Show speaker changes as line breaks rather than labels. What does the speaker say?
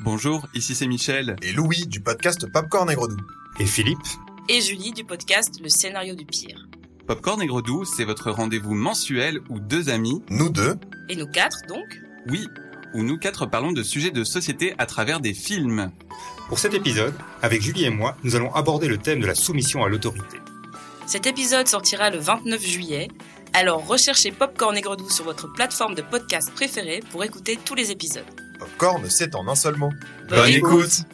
Bonjour, ici c'est Michel.
et Louis du podcast Popcorn et Gredou.
Et Philippe
et Julie du podcast Le scénario du pire.
Popcorn et Gredou, c'est votre rendez-vous mensuel où deux amis,
Nous deux,
Et nous quatre donc
oui, où nous quatre parlons de sujets de société à travers des films.
Pour cet épisode, avec Julie et moi, nous allons aborder le thème de la soumission à l'autorité.
Cet épisode sortira le 29 juillet, alors recherchez Popcorn et Gredou sur votre plateforme de podcast préférée pour écouter tous les épisodes.
Popcorn c'est en un seul mot.
Bonne écoute.